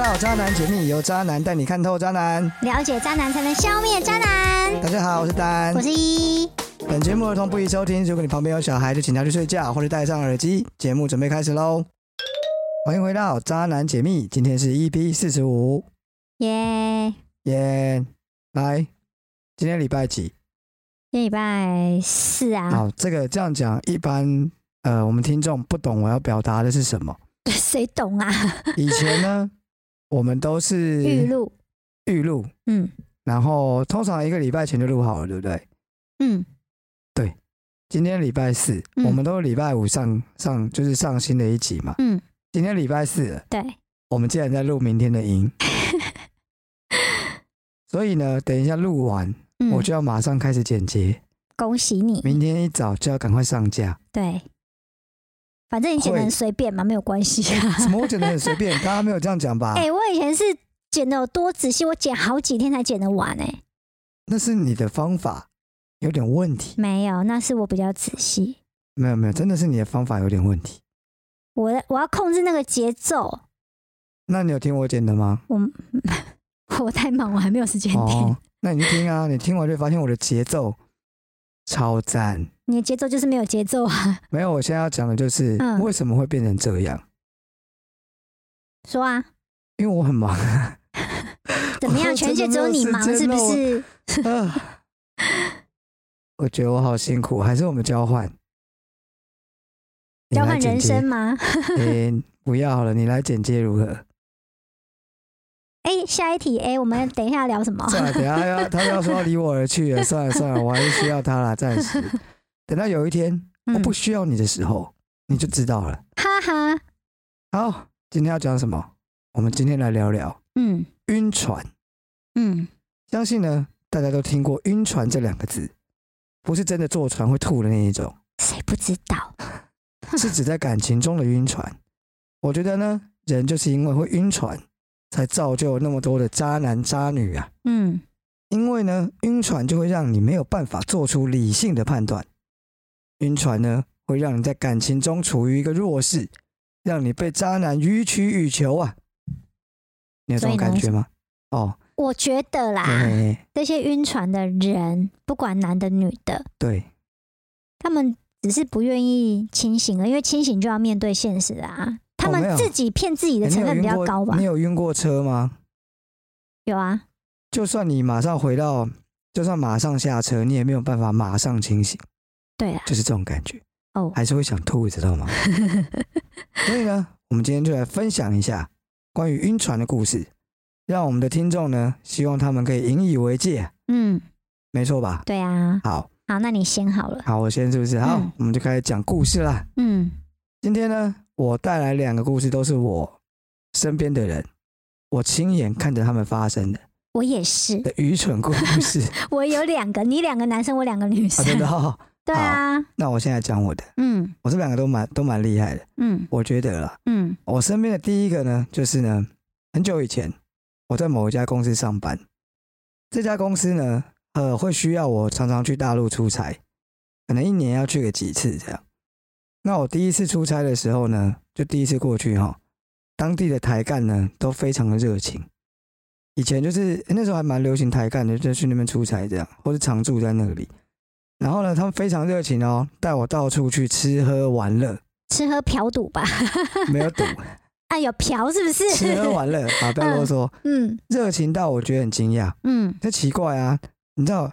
好，渣男解密由渣男带你看透渣男。了解渣男才能消灭渣男。大家好，我是丹我。是一，本节目儿童不宜收听，如果你旁边有小孩，就请他去睡觉或者戴上耳机。节目准备开始喽！欢迎回到渣男解密，今天是 EP 四十五，耶、今耶！来，今天礼拜几？天礼拜四啊，好，这个这样讲，一般呃，我们听众不懂我要表达的是什么。谁懂啊？以前 呢，我们都是预录，预录，嗯然后通常一个礼拜前就录好了，对不对？嗯，今天礼拜四，嗯我们都是礼拜五上上，就是上新的一集嘛。嗯，今天礼拜四了，对，我们竟然在录明天的 音，所以呢，等一下录完，嗯，我就要马上开始剪辑，恭喜你，明天一早就要赶快上架。对，反正你剪的很会啊随便嘛，没有关系 啊。什么？我剪得很随 便，大家没有这样讲吧？哎、我以前是剪的有多仔细，我剪好几天才剪得完哎、那是你的方法有点问题，没有，那是我比较仔细，没有没有，真的是你的方法有点问题。我的我要控制那个节奏， 那你有听我剪的吗？我太忙，我还没有时间听。哦，那你就听啊，你听完就会发现我的节奏超赞。你的节奏就是没有节奏啊，没有，我现在要讲的就是、嗯为什么会变成这样，说啊，因为我很 忙。怎么样？ 我真全的世界只有你忙没有时是间不了是？啊我觉得我好辛苦，还是我们交换？你交来换剪人接生？吗？ 诶不要好了，你来剪接如何？哎、下一题，哎、我们等一下聊什么？算了，等一下 要他要说要离我而去了，算了算了，我还是需要他啦，暂时。等到有一天我嗯不需要你的时候，你就知道了。哈哈，好，今天要讲什么？我们今天来聊聊嗯晕船。嗯，相信呢，大家都听过“晕船”这两个字，不是真的坐船会吐的那一种，谁不知道？是指在感情中的晕船。我觉得呢，人就是因为会晕船，才造就那么多的渣男渣女啊。嗯因为呢，晕船就会让你没有办法做出理性的判断，晕船呢会让你在感情中处于一个弱势，让你被渣男予取予求啊。你有这所以种呢啊感觉吗？哦，我觉得啦，嘿嘿嘿这些晕船的人，不管男的女的，对，他们只是不愿意清醒了，因为清醒就要面对现实啊。他哦没有们自己骗自己的欸你成有分晕比较过高吧？你有晕过车吗？有啊，就算你马上回到，就算马上下车，你也没有办法马上清醒，对啊，就是这种感觉，哦，还是会想吐，知 道吗？所以呢，我们今天就来分享一下关于晕船的故事，让我们的听众呢，希望他们可以引以为戒，嗯，没错吧？对啊。好好，那你先好了。好，我先是不是？好，嗯我们就开始讲故事啦。嗯今天呢，我带来两个故事，都是我身边的人，我亲眼看着他们发生的我也是，的愚蠢故 事啊，我有两个，你两个男生，我两个女生。真的哦。 对啊，那我现在讲我的，嗯我这两个都蛮都蛮厉害的，嗯我觉得啦。嗯我身边的第一个呢，就是呢，很久以前我在某一家公司上班，这家公司呢，呃，会需要我常常去大陆出差，可能一年要去个几次这样。那我第一次出差的时候呢，就第一次过去哈，当地的台干呢都非常的热情。以前就是、诶那时候还蛮流行台干的，就去那边出差这样，或是常住在那里。然后呢，他们非常热情哦，带我到处去吃喝玩乐，吃喝嫖赌吧？ 没有赌，啊，有嫖是不是？吃喝玩乐啊，不要啰嗦， 嗯热情到我觉得很惊讶，嗯，这奇怪啊！你知道，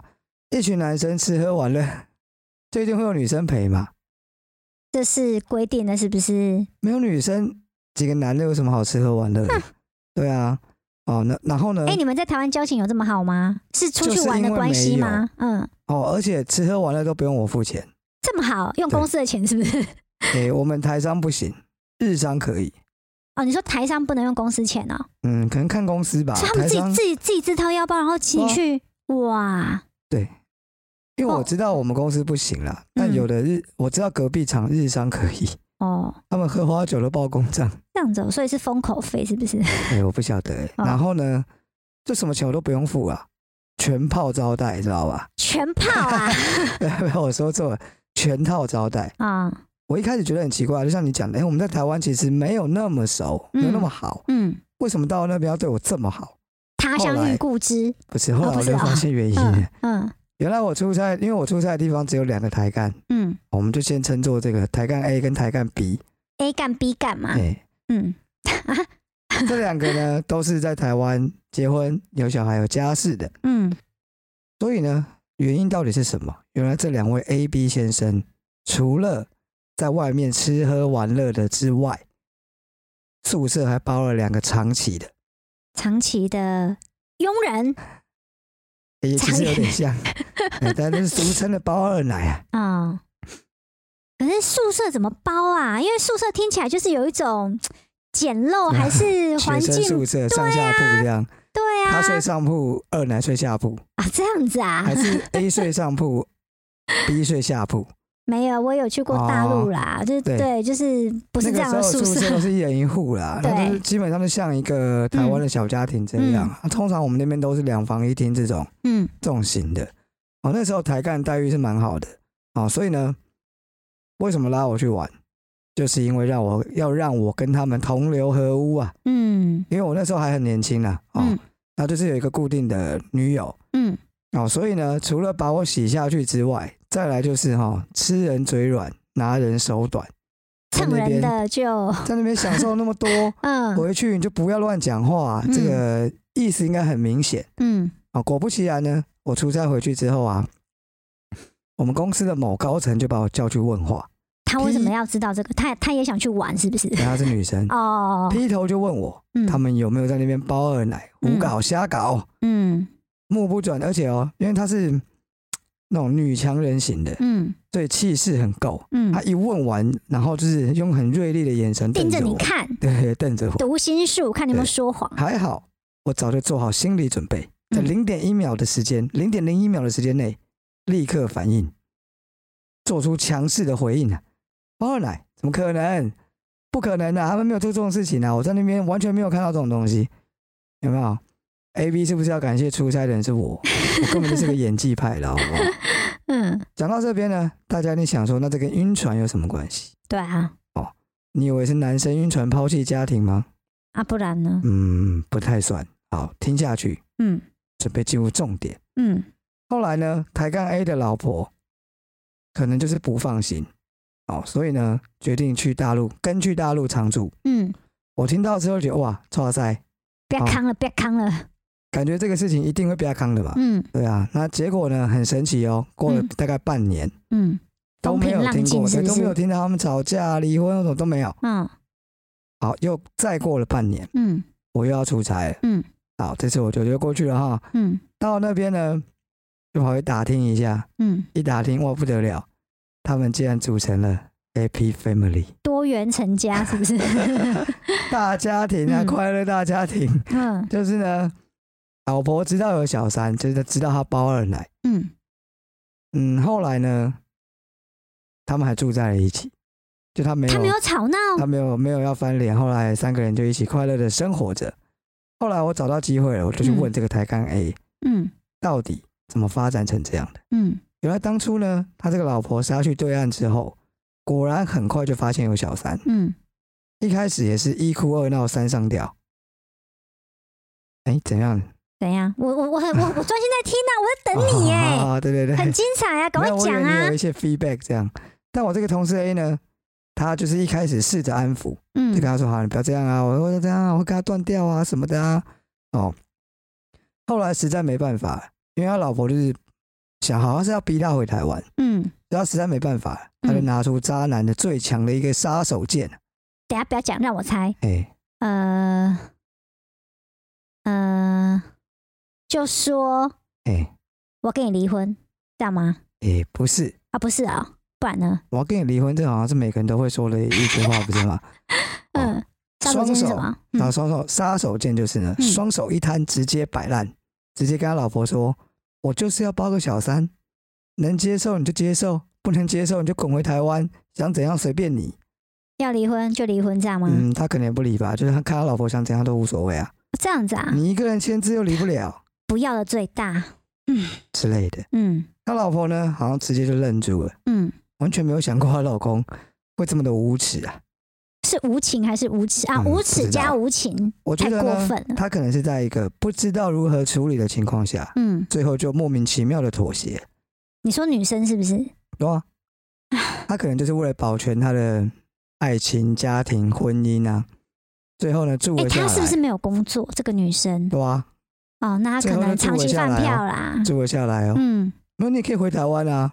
一群男生吃喝玩乐， 最近会有女生陪吗？这是规定的，是不是？没有女生，几个男的有什么好吃喝玩乐的？对啊，哦，那然后呢？哎、你们在台湾交情有这么好吗？是出就去是玩因的为关系没有吗？嗯，哦，而且吃喝玩乐都不用我付钱，这么好，用对公司的钱是不是？诶、我们台商不行，日商可以， 哦，你说台商不能用公司钱哦，嗯，可能看公司吧。所以他们台自己商自，己自己自掏腰包，然后进去，哇，因为我哦知道我们公司不行啦，但嗯有的日我知道隔壁厂日商可以，哦，他们喝花酒都报公账。这样子、哦，所以是封口费是不 是？哎、我不晓得、欸。哦然后呢，就什么钱我都不用付啊，全套招待，知道吧？ 全泡啊，没有，我说错了，全套招待。啊、我一开始觉得很奇怪，就像你讲的，哎、我们在台湾其实没有那么熟，没有那么好，嗯为什么到那边要对我这么好？他乡遇故知，不是，后来不我是就啊发现原因了。嗯嗯 原来我出差，因为我出差的地方只有两个台干，嗯我们就先称作这个台干 A 跟台干 B。 ，A 干 B 干嘛？哎、嗯这两个呢都是在台湾结婚、有小孩、有家室的，嗯所以呢，原因到底是什么？原来这两位 A、B 先生，除了在外面吃喝玩乐的之外，宿舍还包了两个长期的，长期的佣人也其实有点长 像，哎但是俗称的包二奶啊。啊、嗯可是宿舍怎么包啊？因为宿舍听起来就是有一种简陋， 还是环学生境宿舍上下铺这样，对啊他睡上铺，二奶睡下铺，啊这样子啊还，是 A 睡上 铺，B 睡下铺。没有，我有去过大陆啦，就是哦对对，就是那不是这个样时的候宿宿舍舍都是一人一户 啦，对嗯那就是基本上就像一个台湾的小家庭这样。啊通常我们那边都是两房一厅这种嗯这种型的。哦，那时候台干待遇是蛮好的。哦，所以呢，为什么拉我去玩？就是因为让我要让我跟他们同流合污啊，嗯因为我那时候还很年轻啊。哦，嗯然后就是有一个固定的女友。嗯，哦，所以呢，除了把我洗下去之外，再来就是哈、吃人嘴软，拿人手短，在蹭那人边的就在那边享受那么 多，嗯回去你就不要乱讲话、啊嗯这个意思应该很明显嗯啊、哦。果不其然呢，我出差回去之后啊，我们公司的某高层就把我叫去问话，他为什么要知道这个？他他也想去玩是不是？，然后她是女生哦，劈头就问我，嗯他们有没有在那边包二奶、胡嗯搞、瞎搞，嗯目不转，而且哦，因为她是那种女强人型的，嗯所以气势很够。嗯他，一问完，然后就是用很锐利的眼神盯瞪着你我，看对，瞪着我。读心术，看你有没有对说谎。还好，我早就做好心理准备，在嗯零点一秒的时间，零点零一秒的时间内，立刻反应，做出强势的回应啊！包二奶怎么可能？不可能的、啊，他们没有做这种事情啊！我在那边完全没有看到这种东西，有没有？A B 是不是要感谢出差的人是我？我根本就是个演技派的，好不好？嗯，讲到这边呢，大家你想说，那这跟晕船有什么关系？对啊，你以为是男生晕船抛弃家庭吗？啊不然呢？嗯，不太算。好，听下去，嗯准备进入重点。嗯后来呢，台干 A 的老婆可能就是不放心，哦，所以呢，决定去大陆，跟去大陆常住。嗯，我听到之后觉得哇，哇塞，不要好康了，不要康了。感觉这个事情一定会被他坑的吧？嗯对啊，那结果呢，很神奇哦，过了嗯大概半年、嗯都没有风听平浪过，静是对，不都没有是听到他们吵架、离婚那种都没有。嗯好，又再过了半年，嗯我又要出差了。嗯好，这次我就就过去了哈。嗯到那边呢，就跑去打听一下，嗯，一打听哇不得了，他们竟然组成了 Happy Family 多元成家是不是？大家庭啊，嗯快乐大家庭。 嗯就是呢，老婆知道有小三，就是知道他包二奶。嗯，嗯，后来呢，他们还住在了一起，就他没有他没有吵闹。他没有没有要翻脸，后来三个人就一起快乐的生活着。后来我找到机会了，我就去嗯问这个台干 A、嗯到底怎么发展成这样的。嗯原来当初呢，他这个老婆杀去对岸之后，果然很快就发现有小三。嗯，一开始也是一哭二闹三上吊。哎，怎样？怎样？我我我很我我专心在听啊，我在等你哎，啊，对对对， 很精彩啊，赶 没快有我以为讲你啊有一。些 feedback 这样，但我这个同事 A 呢，他就是一开始试着安抚，就跟嗯他说：“好，你不要这样啊，我会这样啊，我会跟他断掉啊什么的啊。”哦，后来实在没办法，因为他老婆就是想好像是要逼他回台湾，嗯，他实在没办法，他就嗯拿出渣男的最强的一个杀手锏，等下不要讲，让我猜。哎，呃呃，就说哎，我跟你离婚，这样吗？哎，不是，啊，不是啊、不然呢？我要跟你离婚，这好像是每个人都会说的一句话，不是吗？嗯， 杀手双锏是手什么？然后嗯双手杀手锏就是呢，嗯双手一摊，直接摆烂，直接跟他老婆说：“我就是要包个小三，能接受你就接受，不能接受你就滚回台湾，想怎样随便你。要离婚就离婚，这样吗？嗯，他可能也不理吧，就是他看他老婆想怎样都无所谓啊，这样子啊，你一个人签字又离不了不要的最大。之类的。嗯他老婆呢，好像直接就愣住了，嗯，完全没有想过她老公会这么的无耻啊。是无情还是无耻啊？嗯无不耻知道加无情，我觉太得过呢分了。他可能是在一个不知道如何处理的情况下，嗯，最后就莫名其妙的妥协。你说女生是不是？有 啊，他可能就是为了保全他的爱情、家庭、婚姻啊，最后呢住哎、了下她来，是不是没有工作？这个女生对啊，哦，那她最可后能就住长了期下饭来哦票啦。住了下来哦。嗯，那、你也可以回台湾啊。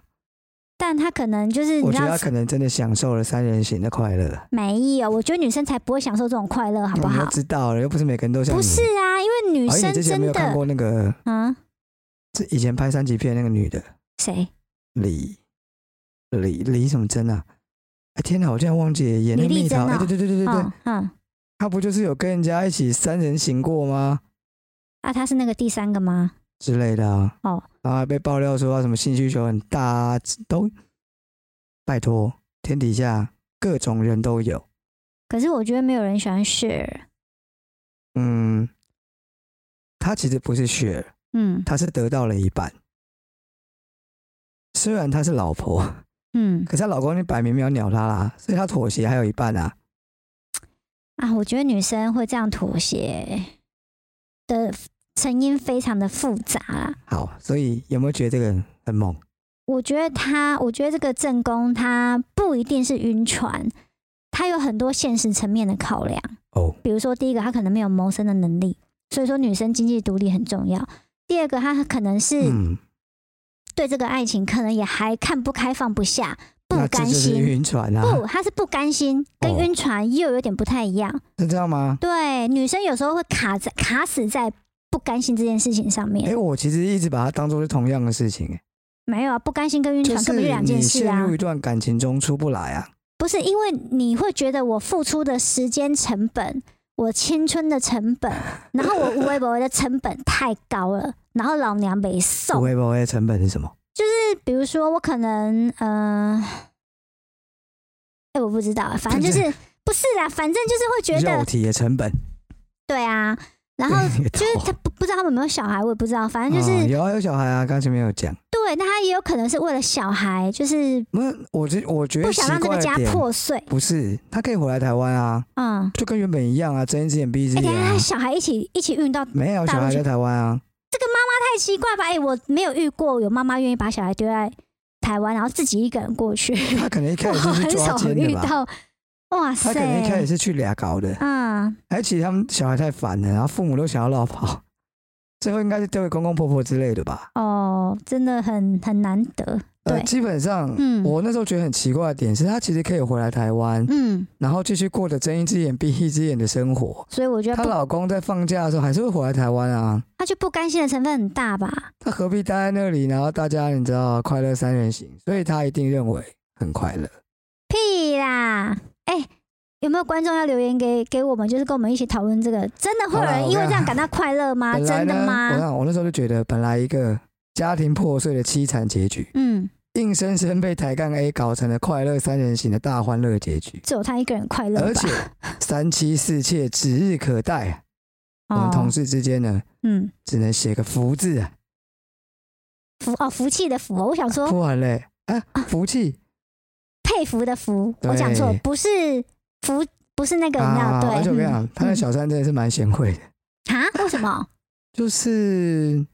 但她可能嗯就是你我知觉得道他可能真的享受了三人行的快乐，没有，我觉得女生才不会享受这种快乐，好不你好都？知道了，又不是每个人都像你。不是啊，因为女而且生哎你之前没真有看的过那个，啊，是以前拍三级片那个女的谁？李李李什么珍啊？哎天哪，我竟然忘记演那个李丽蜜珍桃。哎、对哦对对对对对，嗯嗯，她不就是有跟人家一起三人行过吗？啊，她是那个第三个吗？之类的啊。哦，然后还被爆料说她什么性需求很大啊，都拜托，天底下各种人都有。可是我觉得没有人喜欢 share。嗯，她其实不是雪，嗯她是得到了一半。虽然她是老婆，嗯可是她老公就摆明没有鸟她啦，所以她妥协还有一半啊。啊，我觉得女生会这样妥协的成因非常的复杂啦。好，所以有没有觉得这个人很猛？我觉得她，我觉得这个正宫她不一定是晕船，她有很多现实层面的考量。哦，比如说，第一个，她可能没有谋生的能力，所以说女生经济独立很重要。第二个，她可能是嗯，对这个爱情可能也还看不开、放不下、不那这甘就是心。晕船啊，不，她是不甘心，跟哦晕船又有点不太一样。是这样吗？对，女生有时候会卡在卡死在不甘心这件事情上哎、面。我其实一直把它当做是同样的事情、哎，没有啊，不甘心跟晕就船是根本就两件你事啊。陷入一段感情中出不来啊。不是因为你会觉得我付出的时间成本、我青春的 成本，然后我无微不微的成本太高了，然后老娘没不送。会不会，成本是什么？就是比如说，我可能嗯，哎、我不知道，反正就是不是啦，反正就是会觉肉得体的成本。对啊，然后也就是懂他不不知道他们有没有小孩，我也不知道，反正就是、啊有啊有小孩啊，刚才没有讲。对，那他也有可能是为了小孩，就是那我觉我觉不得奇想让这怪个的家点破碎，不是，他可以回来台湾啊，嗯。就跟原本一样啊，睁一只眼闭一只哎、等眼一下，啊他。小孩一起一起运到没有大小陆孩去在台湾啊，太奇怪吧？哎、我没有遇过有妈妈愿意把小孩丢在台湾，然后自己一个人过去。他可能一 开我始就是很抓少奸遇的吧，到，哇他可能一开始塞！是去俩搞的，嗯，而且他们小孩太烦了，然后父母都想要绕跑，最后应该是丢给公公婆婆之类的吧。哦，真的很很难得。呃，对基本上，嗯我那时候觉得很奇怪的点是，他其实可以回来台湾，嗯，然后继续过着睁一只眼闭一只眼的生活。所以我觉得她不，老公在放假的时候还是会回来台湾啊，他就不甘心的成分很大吧？他何必待在那里？然后大家你知道快乐三人行，所以他一定认为很快乐。屁啦！哎、有没有观众要留言给给我们，就是跟我们一起讨论这个？真的会有好啦人我因为看这样感到快乐吗？本来啊真呢，的我吗？想我那时候就觉得，本来一个家庭破碎的凄惨结局，嗯，硬生生被抬杠 A 搞成了快乐三人行的大欢乐结局。只有他一个人快乐吧？而且三妻四妾指日可待，我们同哦，事之间呢，嗯，只能写个福字啊，福哦，福气的福哦，我想说，不然嘞啊，福气佩服的服，对我讲错，不是服，不是那个饮料，啊！对。而且我跟你嗯讲，他那小三真的是蛮贤惠的，嗯啊，为什么？就是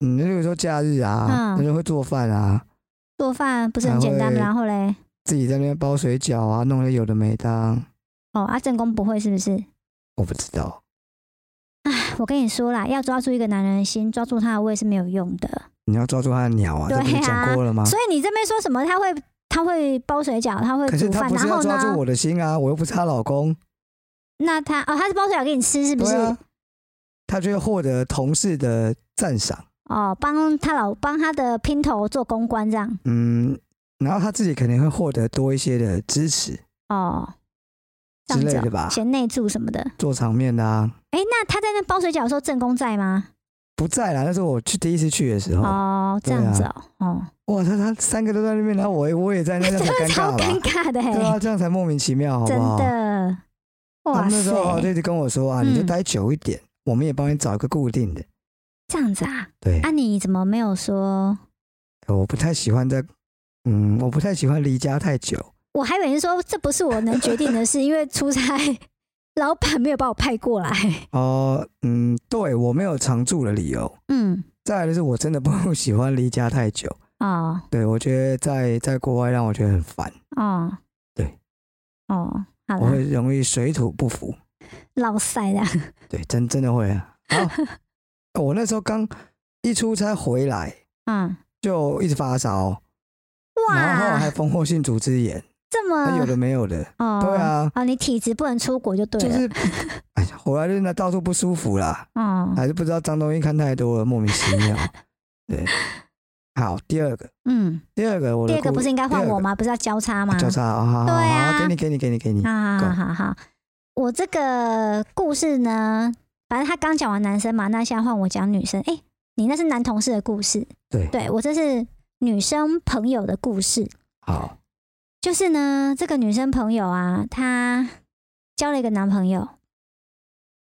嗯，例如说假日啊，嗯他就会做饭啊，做饭不是很简单还吗？会然后嘞，自己在那边包水饺啊，弄些有的没的啊，哦，啊，正宫不会是不是？我不知道，我跟你说啦，要抓住一个男人的心，抓住他的胃是没有用的。你要抓住他的鸟啊，对这啊不是讲过了吗？所以你这边说什么他会他会包水饺，他会可是煮他饭，不是然要后抓住呢？我的心啊，我又不是她老公，那他哦，他是包水饺给你吃是不对是？啊，他就会获得同事的赞赏，哦，帮他老帮他的姘头做公关这样。嗯，然后他自己肯定会获得多一些的支持，哦，这之样类子的哦吧贤内助什么的。做场面的啊，哎，那他在那包水饺的时候，正宫在吗？不在啦，那是我去第一次去的时候，哦，这对啊样子哦，哦，哇，他他三个都在那边，然后我也我也在那， 这样才尴超尬尴吧？尬的欸，对啊，这样才莫名其妙，好不真好？的，哇他啊那时候就塞，一直跟我说啊，嗯你就待久一点，我们也帮你找一个固定的。这样子啊？对，啊，你怎么没有说？我不太喜欢在，嗯，我不太喜欢离家太久，我还以为是说这不是我能决定的事，因为出差老板没有把我派过来。哦，嗯，对我没有常住的理由。嗯，再来就是我真的不喜欢离家太久，哦对我觉得在在国外让我觉得很烦，哦，对，哦，好我了，会容易水土不服。老塞啦，对，真真的会啊。好，我那时候刚一出差回来嗯，就一直发烧，然后后来还哇，嗯蜂窝性组织炎，这那有么的没有的，哦，对啊，哦，你体质不能出国就对啊就了，是 哎呀，回来就是那到处不舒服啦，哦，还是不知道脏东西看太多了，莫名其 妙。对，好，第二个，嗯，第二个我第的二个故不是应该第换二个我吗？不是要交叉吗？交叉啊，好好对啊好好，给你给你给你给你，啊， Go 好好好，我这个故事呢，反正他刚讲完男生嘛，那现在换我讲女生。哎、你那是男同事的故事，对，对我这是女生朋友的故事。好，就是呢，这个女生朋友啊，她交了一个男朋友，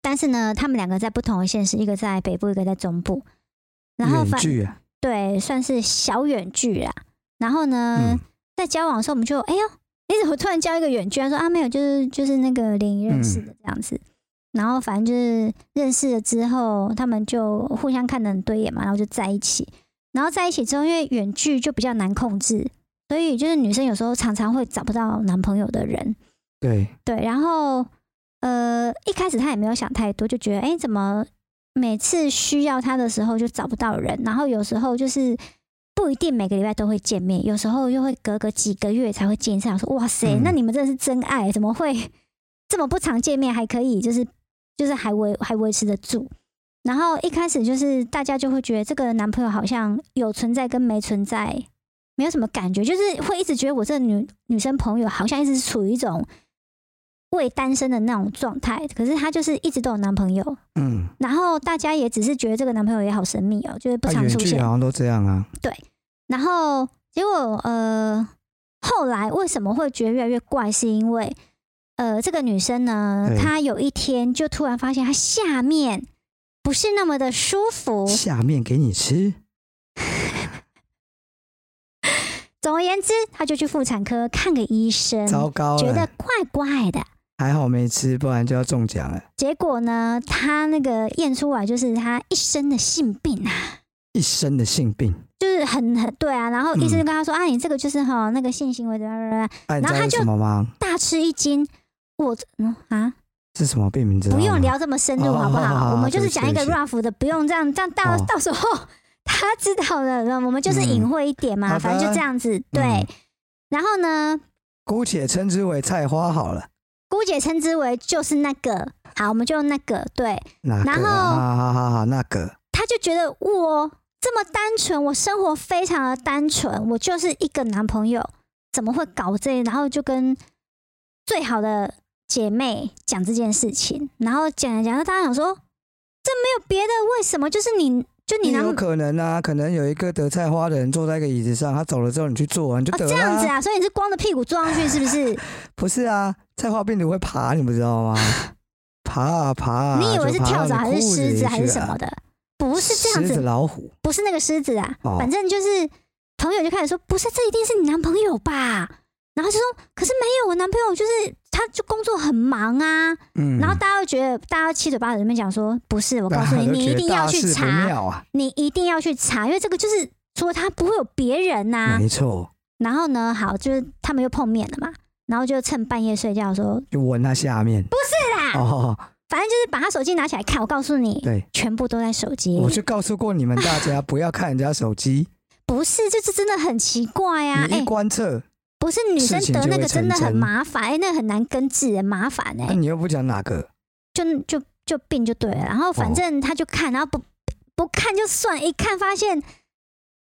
但是呢，他们两个在不同的县市，一个在北部，一个在中部。然后远反距啊，对算是小远距啦。然后呢，嗯，在交往的时候，我们就哎呦，你怎么突然交一个远距？他说啊，没有，就是就是那个联谊认识的这样子。然后反正就是认识了之后，他们就互相看得很对眼嘛，然后就在一起。然后在一起之后，因为远距就比较难控制，所以就是女生有时候常常会找不到男朋友的人。对，对，然后呃，一开始她也没有想太多，就觉得哎、诶怎么每次需要他的时候就找不到人，然后有时候就是不一定每个礼拜都会见面，有时候又会隔个几个月才会见一次。想说哇塞，那嗯你们真的是真爱，怎么会这么不常见面还可以，就是就是还维还维持得住？然后一开始就是大家就会觉得这个男朋友好像有存在跟没存在没有什么感觉，就是会一直觉得我这个女女生朋友好像一直是处于一种未单身的那种状态，可是她就是一直都有男朋友，嗯，然后大家也只是觉得这个男朋友也好神秘哦，就是不啊常远出距现。好像都这样啊，然后结果呃，后来为什么会觉得越来越怪，是因为呃，这个女生呢对，她有一天就突然发现她下面不是那么的舒服。下面给你吃，总而言之，她就去妇产科看个医生，糟糕嗯觉得了，怪怪的。还好没吃，不然就要中奖了，结果呢，她那个验出来就是她一身的性病啊。一身的性病。就是很很对啊，然后医生就嗯跟他说、啊，你这个就是哈那个性行为的，啊、你然知后道他是就什么吗？大吃一惊。我嗯啊，是什么病？你知道不吗？用聊这么深入哦好不好好好？好我们就对是不起讲一个对不起 rough 的，不用这样这样到哦到时候他知道了，然后我们就是嗯隐晦一点好嘛，的反正就这样子对嗯。然后呢，姑且称之为菜花好了。姑姐称之为就是那个好，我们就用那个对。那个、然后啊，好好好，那个，他就觉得我这么单纯，我生活非常的单纯，我就是一个男朋友，怎么会搞这？然后就跟最好的姐妹讲这件事情，然后讲来讲去，大家想说这没有别的，为什么就是你就你也男有朋友可能啊，可能有一个得菜花的人坐在一个椅子上，他走了之后你去坐，你就哦得 这了、样子啊？所以你是光着屁股坐上去是不是？不是啊，菜花病毒会爬，你不知道吗？爬啊爬啊，你以为是就爬到跳你蚤还是裤子狮里子还是去什啊么的？不是这样狮子子，老虎，不是那个狮子啊，哦反正就是朋友就开始说，不是，这一定是你男朋友吧？然后就说，可是没有，我男朋友就是他就工作很忙啊。嗯，然后大家就觉得，大家七嘴八舌那边讲说，不是，我告诉大家 你，都你觉一得定要大去事不查，妙啊，你一定要去查，因为这个就是除了他不会有别人呐、没错，然后呢，好，就是他们又碰面了嘛，然后就趁半夜睡觉的时候，就闻它下面，不是啦，哦， 反正就是把他手机拿起来看，我告诉你，对，全部都在手机我里，就告诉过你们大家不要看人家手 机，不是，就是真的很奇怪呀、你哎、一观测，不是女生事情得就那会个真的成很真嗯麻烦，哎、那很难根治，很麻烦哎、那、你又不讲哪个，就就就病就对了。然后反哦正他就看，然后不不看就算，一看发现，啊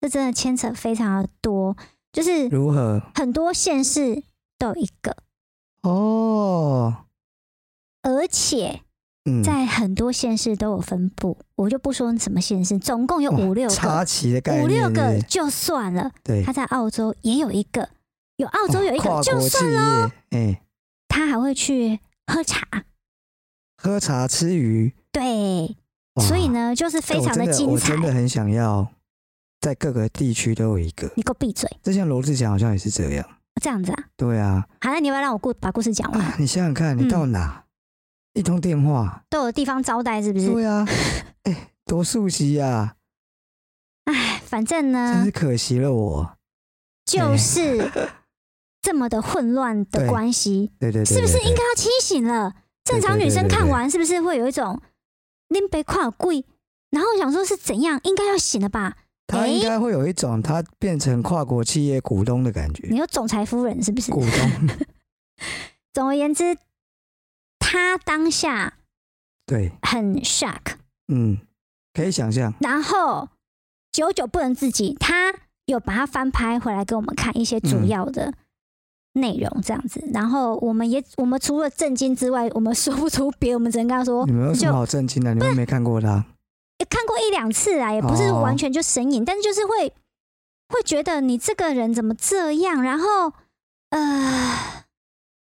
这真的牵扯非常的多，就是如何？很多县市都有一个，哦，而且嗯，在很多县市都有分布，我就不说什么县市，总共有哇五六个，插旗的概念，五六是个不是就算了，对他，在澳洲也有一个，有澳洲哦有一个跨就国算企了，业，哎，他还会去喝茶，喝茶吃鱼，对。哇哎所以，呢，就是非嗯常我真的精彩我。真的很想要在各个地区都有一个，你给我闭嘴！就像罗志祥好像也是这样，这样子啊？对啊，好，那你要不要让我故把故事讲完？你想想嗯看，你到哪、一通电话，都有地方招待是不是？对 啊，哎、多熟悉啊，唉，反正真呢是，可惜了我。就是 这么的混乱的对关系，对对对是不是对对应该要清醒了？对正常女生对对对看完是不是会有一种拎杯跨贵？然后想说是怎样，应该要醒了吧？他应该会有一种他变成跨国企业股东的感觉你。有总裁夫人是不是股？ 东，总而言之，他当下对，很 shock，嗯，可以想象，然后久久不能自己，他有把它翻拍回来给我们看一些主要的内容，这样子。然后我们也，我们除了震惊之外，我们说不出别，我们只能跟他说，你们有什就么好震惊的？你们没看过他，也看过一两次啊，也不是哦完全就神隐，但是就是会会觉得你这个人怎么这样，然后呃，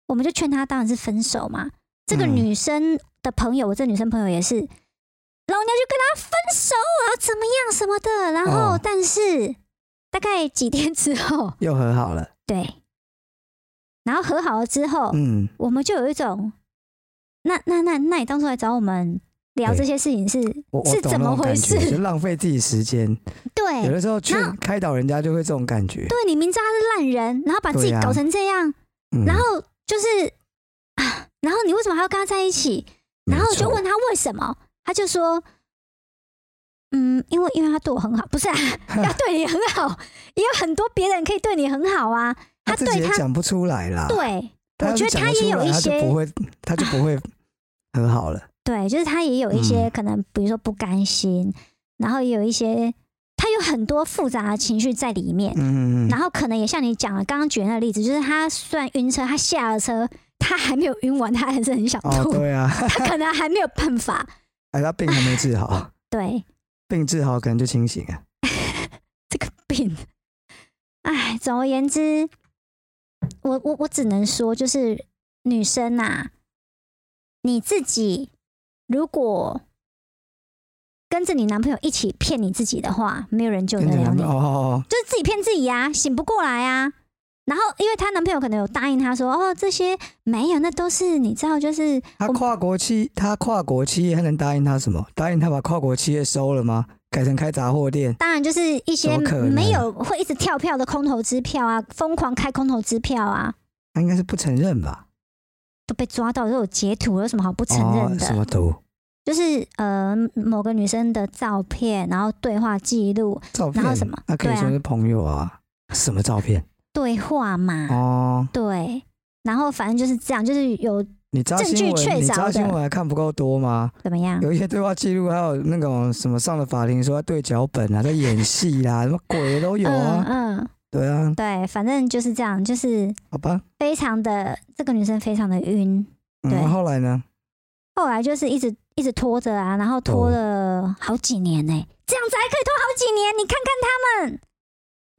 我们就劝她当然是分手嘛。这个嗯女生的朋友，我这女生朋友也是，老娘就跟他分手啊，怎么样什么的。然后，哦但是大概几天之后， 又和好了。对，然后和好了之后，嗯，我们就有一种，那那那那你当初来找我们聊对这些事情是我我是懂怎那么种回感事？觉，就浪费自己时间。对，有的时候劝那开导人家就会这种感觉。对你明知道他是烂人，然后把自己对啊搞成这样，嗯然后就是、 啊，然后你为什么还要跟他在一起？然后我就问，他为什么，他就说，嗯，因为因为他对我很好，不是啊，要对你很好，也有很多别人可以对你很好啊。没错他自己对也他讲不出来啦。对他要我是觉得讲他也出有来一他就些不会，他就不会和好 了。对，就是他也有一些嗯可能，比如说不甘心，然后也有一些，他有很多复杂的情绪在里面。嗯，然后可能也像你讲了，刚刚举的那个例子，就是他虽然晕车，他下了车，他还没有晕完，他还是很想哦， 吐，对啊，他可能还没有办法。哎，他病还没治 好，对病治好可能就清醒啊。这个病，哎，总而言之，我我我只能说，就是女生呐、你自己如果跟着你男朋友一起骗你自己的话，没有人救得跟着了男你朋友。哦哦，哦就是自己骗自己呀、醒不过来啊。然后，因为她男朋友可能有答应她说，哦，这些没有，那都是你知道，就是他我跨国企，他跨国企业，他能答应他什么？答应他把跨国企业收了吗？改成开杂货店？当然就是一些怎么可能没有会一直跳票的空头支票啊，疯狂开空头支票啊，他应该是不承认吧？都被抓到，都有截图，有什么好不承认哦、的？什么毒？就是呃某个女生的照片，然后对话记录、照片？然后什么那可以对啊说是朋友啊？什么照片？对话嘛，哦，对。然后反正就是这样，就是有你知道证据新确闻？你知凿道的嗯新闻还看不够多吗？怎么样？有一些对话记录，还有那种什么上了法庭说要对脚本啊，在演戏啦，什么鬼的都有啊。嗯嗯，对啊，对，反正就是这样，就是好吧。非常的这个女生非常的晕，嗯，对那后来呢？后来就是一直一直拖着啊，然后哦拖了好几年呢、这样子还可以拖好几年，你看看他们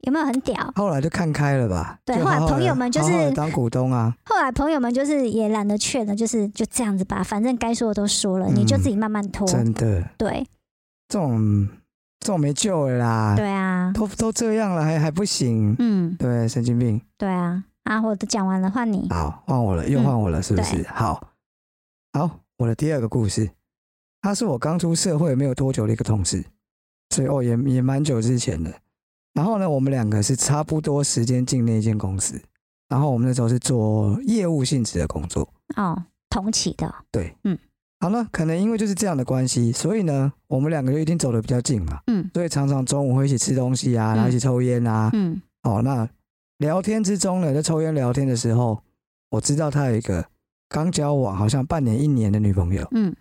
有没有很屌？后来就看开了吧。对就好好地后来朋友们就是好好地当股东啊。后来朋友们就是也懒得劝了，就是就这样子吧，反正该说的都说了，嗯你就自己慢慢拖。真的，对这种这种没救了啦。对啊，都都这样了，还还不行？嗯，对，神经病。对啊，啊，我都讲完了，换你。好，换我了，又嗯换我了，是不是对？好，好，我的第二个故事，他是我刚出社会没有多久的一个同事，所以哦，也也蛮久之前的。然后呢，我们两个是差不多时间进那一间公司，然后我们那时候是做业务性质的工作。哦，同期的，嗯好了，可能因为就是这样的关系，所以呢，我们两个就一定走得比较近嘛，嗯所以常常中午会一起吃东西啊，然后一起抽烟啊，嗯哦，那聊天之中呢，在抽烟聊天的时候，我知道他有一个刚交往好像半年一年的女朋友，嗯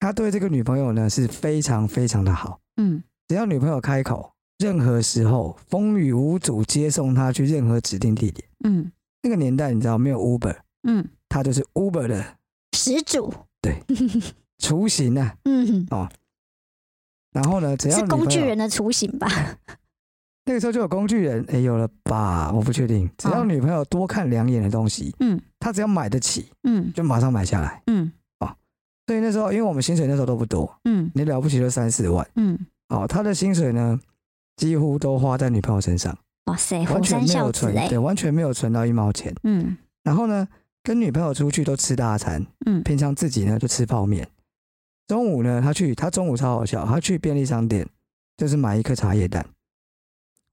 他对这个女朋友呢是非常非常的好，嗯，只要女朋友开口，任何时候风雨无阻接送她去任何指定地点。嗯那个年代你知道没有 Uber，嗯，他就是 Uber 的始祖，雏形啊。 嗯，然后呢，只要是女朋友工具，人的雏形 吧？那个时候就有工具人，哎，有了吧？我不确定。只要哦女朋友多看两眼的东西，嗯他只要买得起，嗯就马上买下来。嗯所以那时候，因为我们薪水那时候都不多，嗯你了不起就三四万嗯哦。他的薪水呢，几乎都花在女朋友身上，哇塞，完火全山没孝有子存，哎、对，完全没有存到一毛钱。嗯然后呢，跟女朋友出去都吃大餐，嗯平常自己呢就吃泡面。中午呢，他去他中午超好笑，他去便利商店就是买一颗茶叶蛋。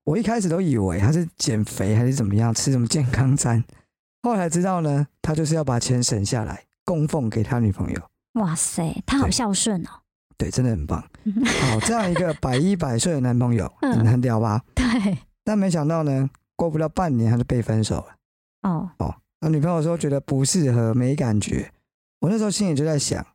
我一开始都以为他是减肥还是怎么样，吃什么健康餐，后来才知道呢，他就是要把钱省下来供奉给他女朋友。哇塞，他好对孝顺哦，对，真的很棒。嗯好，哦这样一个百依百顺的男朋友， 嗯很很屌吧？ 对，但没想到呢，过不到半年他就被分手了。哦，那女朋友说觉得不适合，没感觉。我那时候心里就在想，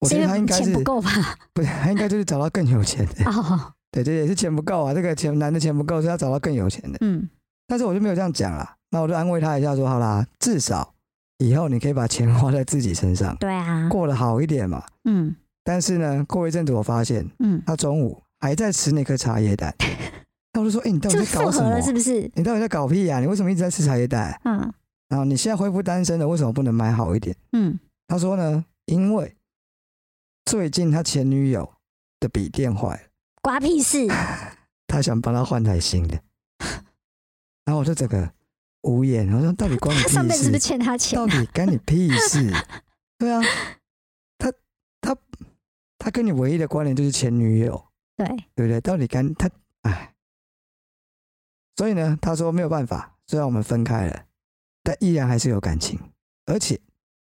我觉是得因他应为该钱是不 够吧？不是，他应该就是找到更有钱 的。哦，对，这也是钱不够啊，这个钱男的钱不够，所以要找到更有钱的。嗯但是我就没有这样讲啦，那我就安慰他一下说，好啦，至少以后你可以把钱花在自己身上，对啊，过得好一点嘛。嗯但是呢，过一阵子我发现嗯，他中午还在吃那颗茶叶蛋， 那我就说，哎、你到底就在搞复什合么了？是不是？你到底在搞屁啊呀、你为什么一直在吃茶叶蛋？嗯然后你现在恢复单身了，为什么不能买好一点？嗯，他说呢，因为最近他前女友的笔电坏了，瓜屁事，他想帮他换台新的。然后我就整个无言，我说到底关你他上屁辈子是不是事？欠他钱到？底干你屁 事？对啊，他他他跟你唯一的关联就是前女友，对，对不对？到底干他哎？所以呢，他说没有办法，虽然我们分开了，但依然还是有感情，而且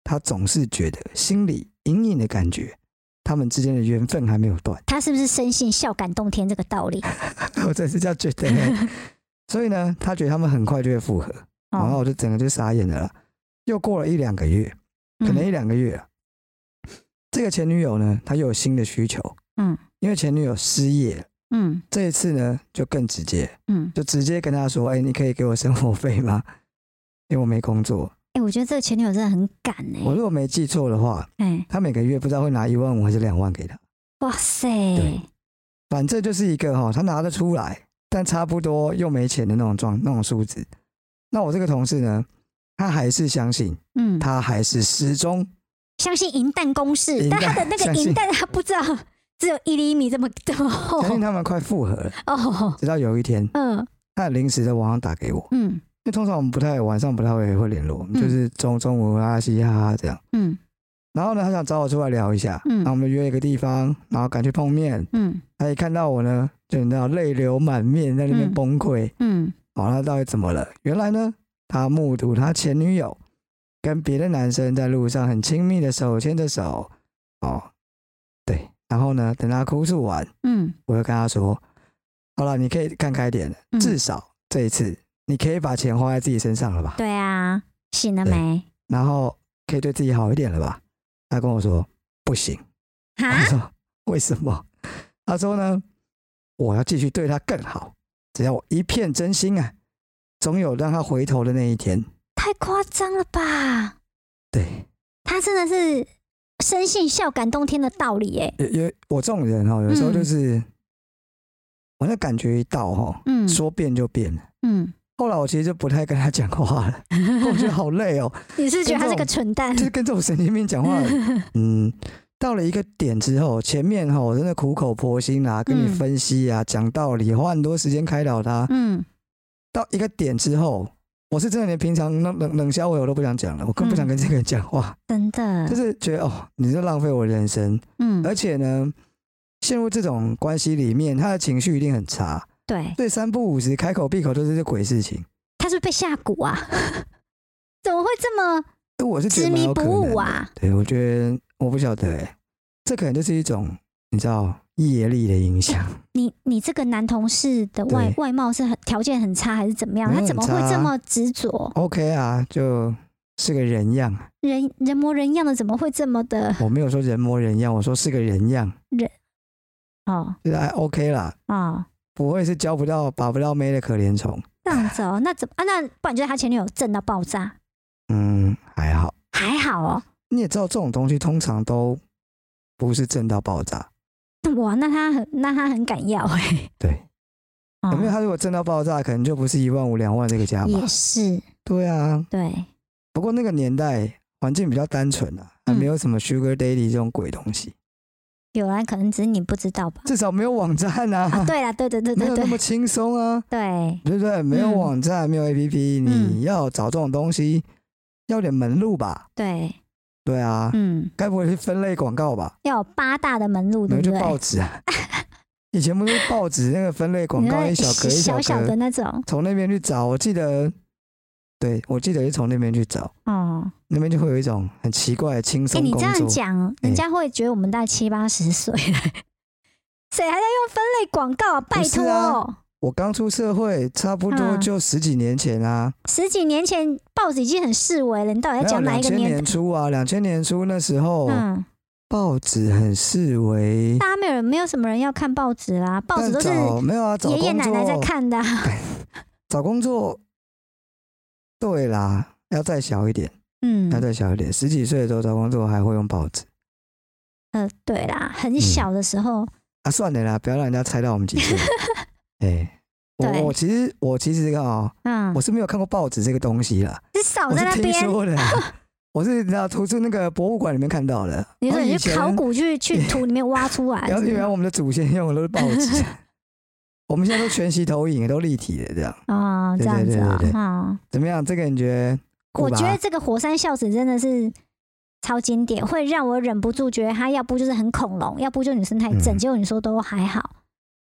他总是觉得心里隐隐的感觉，他们之间的缘分还没有断。 他是不是深信孝感动天这个道理？哦我真是这样觉得欸。 所以呢，他觉得他们很快就会复合，然后哦，我就整个就傻眼了啦。又过了一两个月，可能一嗯两个月了，这个前女友呢，她又有新的需求，嗯，因为前女友失业了，嗯这一次呢就更直接，嗯，就直接跟他说：“哎、你可以给我生活费吗？ 因为我没工作。哎，我觉得这个前女友真的很敢我哎，如果没记错的话，哎，他每个月不知道会拿一万五还是两万给他，哇塞，对反正就是一个哈，他拿得出来，但差不多又没钱的那种状那种数字。那我这个同事呢，他还是相信，嗯，他还是始终相信银弹攻势，银但弹他的那个相信银弹他不知道只有一厘米这么这么厚相信他们快复合了。哦，直到有一天，嗯他临时在网上打给我，嗯因为通常我们不太晚上不太会会联络，就是中中午啊嘻嘻哈哈这样。嗯然后呢，他想找我出来聊一下，嗯然后我们约一个地方，然后赶去碰面，嗯他一哎看到我呢，就你知道泪流满面，在那边嗯崩溃。嗯，好、他到底怎么了？原来呢，他目睹他前女友跟别的男生在路上很亲密的手牵着手。哦，对，然后呢，等他哭诉完，嗯我就跟他说：“好了，你可以看开点了，嗯，至少这一次你可以把钱花在自己身上了吧，对啊，醒了对没？然后可以对自己好一点了吧。”他跟我说：“不行。” 我哈，说为什么？他说呢，我要继续对他更好，只要我一片真心啊，总有让他回头的那一天。太夸张了吧？对，他真的是深信孝感动天的道理耶。有有我这种人哦，有时候嗯就是、我那感觉一到哦，嗯说变就变了。嗯，后来我其实就不太跟他讲话了，我觉得好累哦，你是觉得他是个蠢 蛋就？是哦跟这种神经病讲 话，嗯。到了一个点之后，前面哈我真的苦口婆心啊，跟你嗯分析啊，讲道理，花很多时间开导他，嗯到一个点之后，我是真的连平常冷冷冷笑话我都不想讲了，我更不想跟这个人讲话，真的，就是觉得哦，你是浪费我人生，嗯，而且呢，陷入这种关系里面，他的情绪一定很差，对，所以三不五时开口闭口都是这鬼事情，他是不是被吓蛊啊？ 怎么会这么我是觉执得蛮迷有不可能悟的。啊？对，我觉得我不晓得、欸，这可能就是一种你知道业力的影响，你你这个男同事的外对外貌是很条件很差还是怎么样？没有他怎么很差会啊这么执着？ OK 啊，就是个人样，啊人人模人样的，怎么会这么的？我没有说人模人样，我说是个人样，哦就是哎 OK 啦，哦，不会是交不到、把不到妹的可怜虫？这样子 哦，那怎么啊？那不然就是他前女友震到爆炸，嗯，还好。还好哦。你也知道，这种东西通常都不是震到爆炸。哇，那他很那他很敢要哎、对，哦有没有？他如果震到爆炸，可能就不是一万五、两万这个价码也。是，对啊，对，不嗯过那个年代环境比较单纯啊，还没有什么 Sugar Daddy 这种鬼东西。有啦，可能只是你不知道吧。至少没有网站 啊，啊，对啦，对对对没对有那对么轻松啊，对，对不对？没有嗯网站，没有 APP，你嗯要找这种东西，要点门路吧？对，对啊，嗯，该不会是分类广告吧？要有八大的门路，没有对不就对？报纸 啊，以前不是报纸那个分类广你告那一小格一小格，的那种，从那边去找，我记得，对我记得是从那边去找，哦，那边就会有一种很奇怪的轻哎，松你工这样作。讲，人家会觉得我们大概七八十岁了，谁还在用分类广告啊？拜不是托啊哦，我刚出社会，差不多嗯就十几年前啊，十几年前报纸已经很示威了，你到底没在有讲哪两一个千年年代？初啊，两千年初那时候，嗯，报纸很视为，大家没有人，没有什么人要看报纸啦，报纸但都是找没有啊，找爷工爷作奶奶在看的啊、找工作，对啦，要再小一点，嗯要，再小一点，十几岁的时候找工作还会用报纸呃，对啦，嗯很小的时候，啊，算了啦，不要让人家猜到我们几 岁。哎、对我我其实我其实刚好嗯，我是没有看过报纸这个东西啦，你少我在是那听边， 说的啦，我是知道图书那个博物馆里面看到的。啊你说我以你去前考古去去图里面挖 出来，然后是不原是来我们的祖先用的都是报 纸，我们现在都全息投影，都立体的这样。哦，对这样对子对啊、对对哦，怎么样？这个你觉得酷我吧？觉得这个火山孝子真的是超经典，会让我忍不住觉得他要不就是很恐龙，要不就女生太正，嗯结果你说都还好，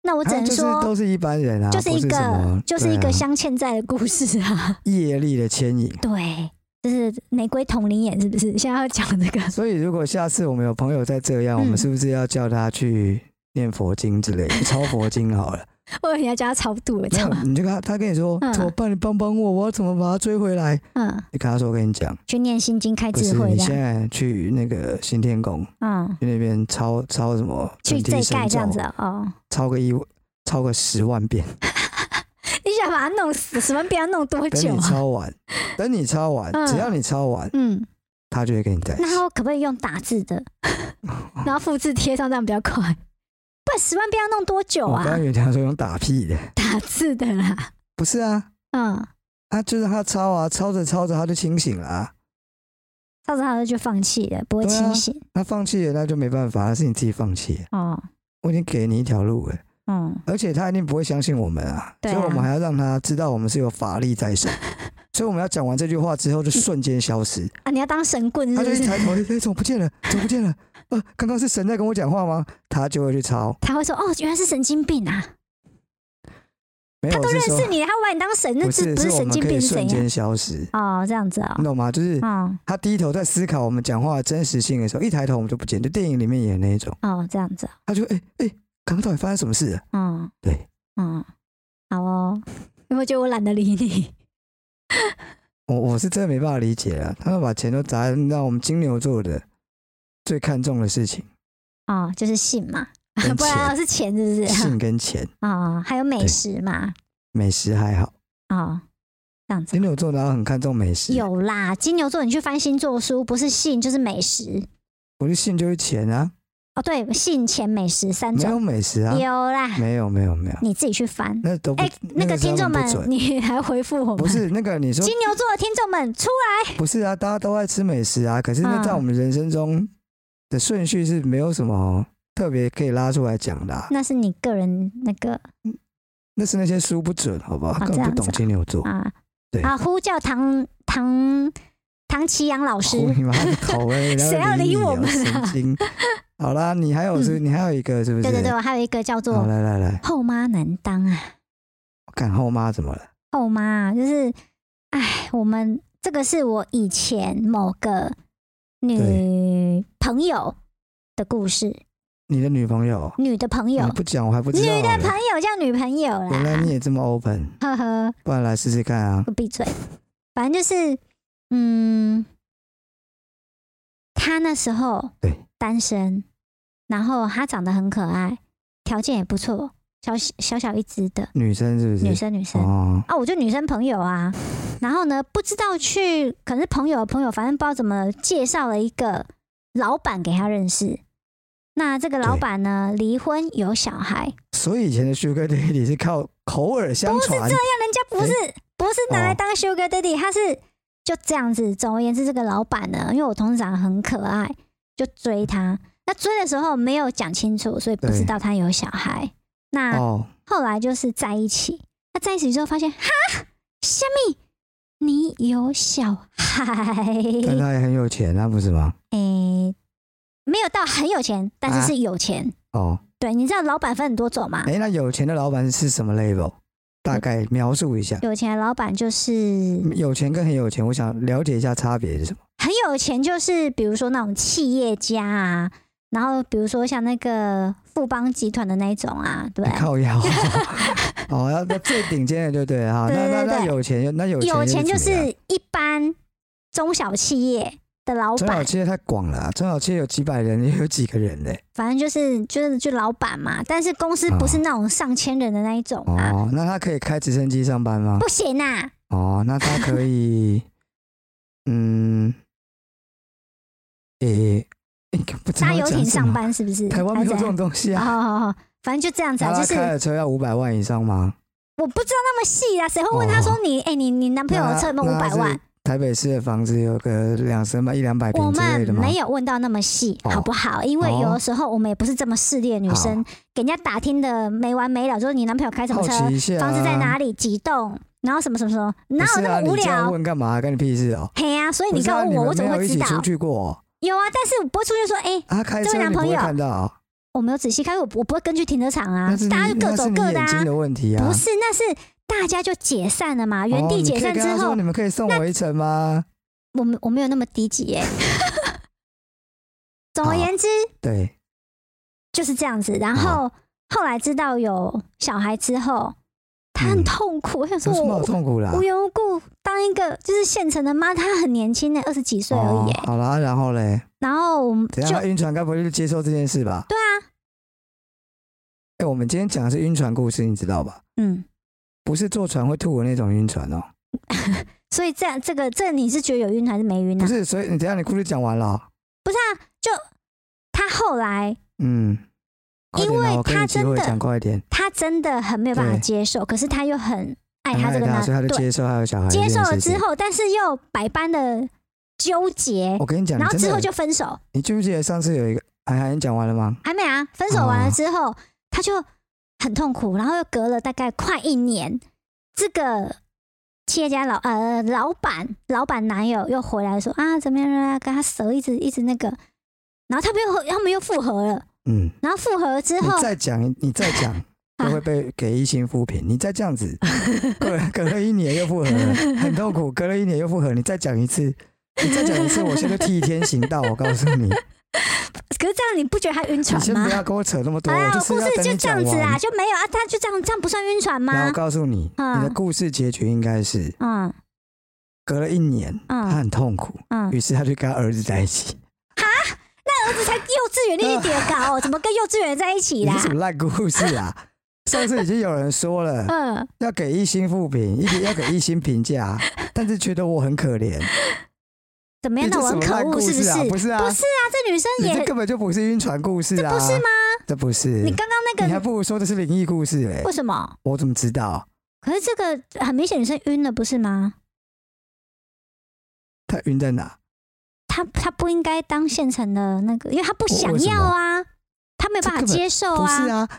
那我只啊能就是说。都是一般人啊，就是不一是什么个，就是一对个啊镶嵌在的故事啊，业力的牵引。对，就是玫瑰同龄眼，是不是？现在要讲这个，所以如果下次我们有朋友再这样，我们嗯是不是要叫他去念佛经之 类的，去抄佛经好了？我以为你要叫他超度了，没这有 样，你就跟他，他跟你说嗯怎么办？你帮帮我，我要怎么把他追回来？嗯，你跟他说，我跟你讲，去念心经开不智是慧你这现样，在去那个行天宫，嗯，去那边抄抄什么去准这提一神盖这样咒子，哦。 抄个一抄个十万遍，你想把它弄死，什么不要弄多等久你啊？抄完，等你抄完，嗯只要你抄完，嗯，他就会跟你在一起那。他可不可以用打字的， 然后复制贴上，这样比较快？不然十万不要弄多久我刚啊刚？以为他说用打屁的， 打字的啦，不是啊，嗯，他就是他抄啊，抄着抄着他就清醒了、啊，到时候他就放弃了，不会对啊清醒、他放弃了那就没办法，那是你自己放弃了。哦。我已经给你一条路了，嗯，而且他一定不会相信我们啊，对啊所以我们还要让他知道我们是有法力在 手。所以我们要讲完这句话之后，就瞬间消失。啊，你要当神棍他就是一不是？抬头，哎、怎么不见了？怎么不见了？呃，刚刚是神在跟我讲话吗？他就会去抄。他会说：“哦，原来是神经病啊！没有，我都是认说识你，他把你当神，那不这是，不是我神们经可以病是怎瞬样间消失？”，哦，这样子啊、你哦，懂吗？就是嗯，他低头在思考我们讲话的真实性的时候，一抬头我们就不见，就电影里面演那一种，哦，这样子啊、他就哎哎，刚、刚到底发生什么事啊了？嗯，对，嗯，好哦。有没有觉得我懒得理你？我我是真的没办法理解了，他们把钱都砸让我们金牛座的最看重的事情，哦，就是性嘛，跟啊不然钱、啊是钱是不是？性跟钱，哦，还有美对食嘛，美食还好，哦，这样子金牛座哪有很看重美食？，有啦。金牛座，你去翻星座书，不是性就是美食不是性就是钱啊，哦，对，性钱美食三没有种美食啊，有啦，没有没有没有，你自己去翻。那都不、哎，那个个听根众本们嗯不，准，你还回复我们？不是那个你说金牛座的听众们出来不是啊，大家都爱吃美食啊，可是那嗯在我们人生中的顺序是没有什么特别可以拉出来讲的啊、那是你个人那个那是那些书不准，好不好？啊根本不这样懂子啊金牛座，啊对啊，呼叫唐唐唐奇阳老师呼你妈的头哎！人家 谁要理理你我哦们啊神嗯 经。好啦，你还有是，你还有一个是不是？对对对，我还有一个叫好，做来来来，后妈难当啊，看后妈怎么了？后妈啊就是，哎，我们这个是我以前某个女朋友的故事，你的女朋友？女的朋友你，不嗯讲我还不知道。女的朋友，友叫女朋友原来啦，你也这么 open，呵呵，不然来试试看啊。我闭嘴，反正就是，嗯，她那时候对单身，然后她长得很可爱，条件也不错，小小小一只的女生是不是？女生女生，哦，啊，我就女生朋友啊，然后呢，不知道去，可能是朋友的朋友，反正不知道怎么介绍了一个老板给他认识。那这个老对板呢，离婚有小孩，所以以前的 Sugar Daddy 是靠 口耳相传，那人家不是、不是拿哦来当 sugar daddy，、他是就这样子。总而言之，这个老板呢，因为我同事长得很可爱，就追他。那追的时候没有讲清楚，所以不对知道他有小孩。那哦，后来就是在一起，那在一起之后发现，哈，虾米，你有小孩？但他也很有钱，那不是吗？诶、没有到很有钱，但啊是是有钱。哦，对，你知道老板分很多种嘛？哎、那有钱的老板是什么 level？大概描述一下。有钱的老板就是有钱跟很有钱，我想了解一下差别是什么。很有钱，就是比如说那种企业家啊，然后比如说像那个富邦集团的那一种啊，对不对？靠 腰，哦，要那最顶尖的就对了哈。那对那对那对有钱，那有钱有钱就怎么样是一般中小企业的老中小板，企业太广了啊、中小企业有几百人，也有几个人嘞。反正就是就是就老板嘛，但是公司不是那种上千人的那一种 啊，啊哦，那他可以开直升机上班吗？不行啊， 哦，那他可以，嗯，诶、应该不知道搭游讲艇什么上。班是不是？台湾没有还这是种东西怎样。啊。好好好，反正就这样子那啊，就他是开的车要五百万以上吗？我不知道那么细啊，谁会问他说你哎、你你男朋友哦那的车有没有那五他百是万？台北市的房子有个两三百一两百我平之类们的吗？没有问到那么细，哦好不好？因为有的时候我们也不是这么势利的女生，给人家打听的没完没了，说你男朋友开什么好车，奇一下、啊，房子在哪里，几栋，然后什么什么什么，哪不有是那啊，么无你这样聊？问干嘛？干你屁事哦！嘿呀、所以不你是啊告诉你我，们我怎么没有会一知起道出？去过哦、有啊，但是我不会出去说，哎、啊，开这位车男你不朋会友看到哦、我没有仔细看，因为我我不会跟去停车场啊那是，你大家就各那是走你各的眼睛啊，的问题啊，不是，那是大家就解散了嘛，原哦地你可解以散跟之他说后，你们可以送我一程吗？我们我没有那么低级 耶、总而言之，对，就是这样子。然后后来知道有小孩之后，他嗯很痛苦。我想有说什么我，好痛苦啊哦啦？无缘无故当一个就是现成的妈，她很年轻呢，二十几岁而已哦耶、，好啦，然后嘞，然后我们等就一下晕船该不会就接受这件事吧？对啊，哎、我们今天讲的是晕船故事，你知道吧？嗯，不是坐船会吐的那种晕船哦、所以这样这个这你是觉得有晕还是没晕呢、不啊？是，所以你等一下你故事讲完了哦、不是啊，就他后来嗯，快点啊因为我给你他机真会的讲快一点，他真的很没有办法对接受，可是他又很爱很哎他这个男所以他就对，接受他有小孩这接件受了事情之，后，但是又百般的纠结我，跟你哦讲，然后真的之后就分手。你记不记得上次有一个？哎哎，你讲完了吗？还没啊，分手完哦了之后，他就很痛苦，然后又隔了大概快一年，这个企业家老呃老板老板男友又回来说啊怎么样啊，跟他蛇一直一直那个，然后他们又他们又复合了，嗯，然后复合了之你后，啊再讲，你再 讲都会被给一星复评。你再这样子，隔了隔了一年又复合了，很痛苦。隔了一年又复合，你再讲一次，你再讲一次，我现在替天行道。我告诉 你，你可是这样你不觉得他晕船先吗不？要跟我扯那么多，哎我呀，就我是故要事等就你这讲样子啊，完。就没有啊，他就这样，这样不算晕船然后吗我？告诉你，嗯你的故事结局应该是嗯隔了一年，他嗯很痛苦，嗯，于是他就跟他儿子在一起。儿子才幼稚园，你一点搞、 怎么跟幼稚园在一起啊你啦是？什么烂故事啊？ 上次已经有人说了，嗯，要给一星复 评，一定要给一星评价，但是觉得我很可怜。怎么样？你那这我什很么可烂恶，故是不事是？啊？不是啊，不是啊，这女生你也这根本就不是晕船故事啊，不是吗？这不是，你刚刚那你个还不如说这是灵异故事嘞、为什么？我怎么知道可是这个很明显，女生晕了，不是吗？他晕在哪？她她不应该当现成的那个，因为她不想要啊，她没有办法接受不是啊。啊，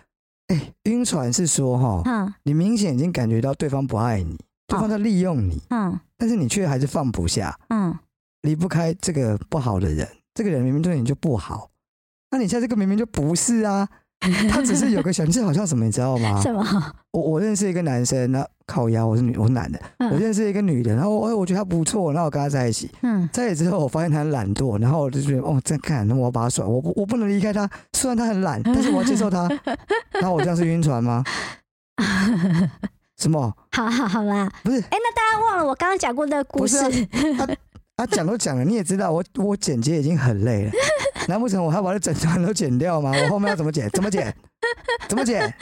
哎、晕船是说哈，嗯哦你明显已经感觉到对方不爱你，对方在利用你，嗯但是你却还是放不下，嗯，离不开这个不好的人。这个人明明对你就不好，那你现在这个明明就不是 啊，他只是有个小，这好像什么，你知道吗？什么？我我认识一个男生，那靠腰，我是女，我是男的，嗯我认识一个女的，然后哎我我觉得她不错，然后我跟她在一起，嗯在一起之后我发现她很懒惰，然后我就觉得哦，这样看，那我要把她甩，我不我不能离开她，虽然她很懒，但是我要接受她，然后我这样是晕船吗？什么？好好好啦，不是哎、那大家忘了我刚刚讲过的故事？不啊，讲都讲了，你也知道我我剪接已经很累了，难不成我还把这整段都剪掉吗？我后面要怎么剪？怎么剪？怎么剪？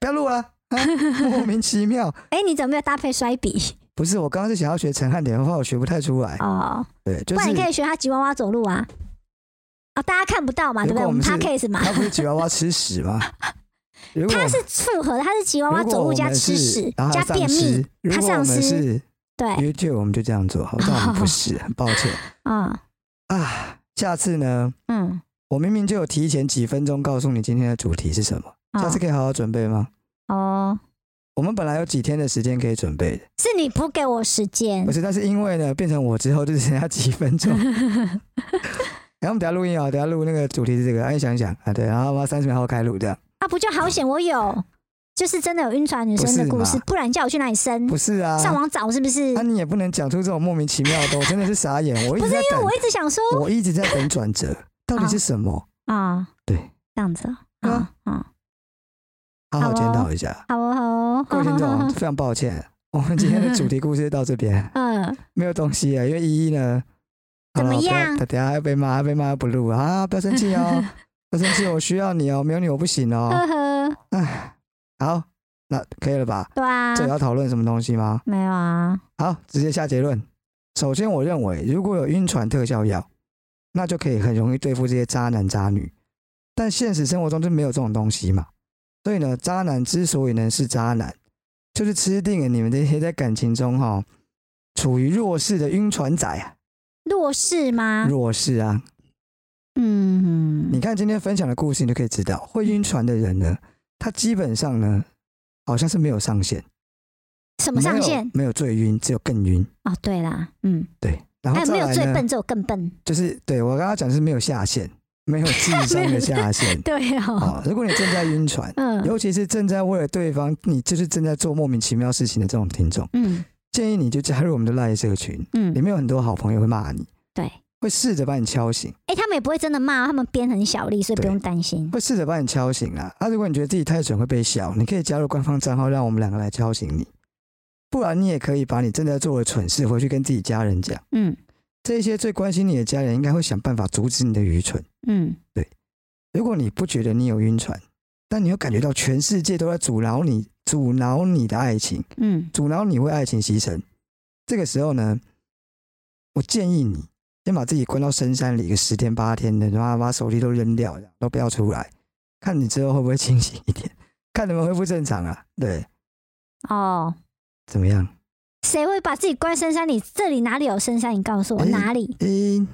不要录了、啊， 莫名其妙。哎、你怎么没有搭配摔笔？不是，我刚刚是想要学陈汉典的话，我学不太出来。哦，对，哎就不然是你可以学她吉娃娃走路啊。啊、大家看不到嘛，对不如对？果们我 p 们 o d c a s 嘛，他不是吉娃娃吃屎 吗？如果它是复合的，它是吉娃娃如果走路我加们是吃屎然后加他便丧尸秘，如他果丧我们尸哎是对 YouTube，我们就这 样做好，但我们不是，很抱歉啊啊。下次呢，哦嗯我明明就有提前几分钟告诉你今天的主题是什么，嗯下次可以好好准备吗？哦，我们本来有几天的时间可以准备的，是你不给我时间不，是，但是因为呢，变成我之后就只剩下几分 钟。然后我们等下录音啊，等下录那个主题是这个，哎、想一想啊，对，然后我三十秒后开录这样。啊，不就好险我有，就是真的有晕船女生的故不是事，嘛不然你叫我去哪里生？不是啊，嗯上网找是不是？那、你也不能讲出这种莫名其妙的， 我真的是傻眼，我一直在等，我一直想说我一直在等转折，到底是什 么？啊，对，这样子啊，对啊啊啊，好好检讨一下，好哦好哦，各位听啊好好众，好非常抱 歉，我们今天的主题故事到这边嗯，没有东西啊，因为依依呢，怎么好了不要样等等下要被骂，被骂又不录了啊，不要生气 哦，不要生气，我需要你哦，没有你我不行哦，呵呵，唉，好，那可以了吧？对啊，这也要讨论什么东西吗？没有啊，好，直接下结论。首先，我认为如果有晕船特效药，那就可以很容易对付这些渣男渣女。但现实生活中就没有这种东西嘛，所以呢，渣男之所以能是渣男，就是吃定了你们这些在感情中哈、处于弱势的晕船仔啊，弱势吗？弱势啊！嗯，你看今天分享的故事，你就可以知道，会晕船的人呢，他基本上呢，好像是没有上限，什么上限？没有没有最晕，只有更晕。哦，对啦，嗯，对，然后哎，再没来有呢？最笨，只有更笨，。就是对我刚刚讲是没有下限，没有智商的下限 对哦，哦，如果你正在晕船，嗯尤其是正在为了对方，你就是正在做莫名其妙事情的这种听众，嗯建议你就加入我们的赖社群，嗯里，面有很多好朋友会骂你，对，会试着把你敲醒，哎，他们也不会真的骂，他们编很小力，所以不对用担心。会试着把你敲醒啦。啊，如果你觉得自己太蠢会被笑，你可以加入官方账号，让我们两个来敲醒你。不然你也可以把你正在做的蠢事回去跟自己家人讲，嗯这些最关心你的家人应该会想办法阻止你的愚蠢。嗯，如果你不觉得你有晕船，但你又感觉到全世界都在阻挠你、阻挠你的爱情，嗯阻挠你为爱情牺牲，这个时候呢，我建议你先把自己关到深山里个十天八天的，然后把手机都扔掉，这样都不要出来，看你之后会不会清醒一点， 看能不能恢复正常啊？对，哦，怎么样？谁会把自己关在深山里？这里哪里有深山？你告诉我哎哪里诶、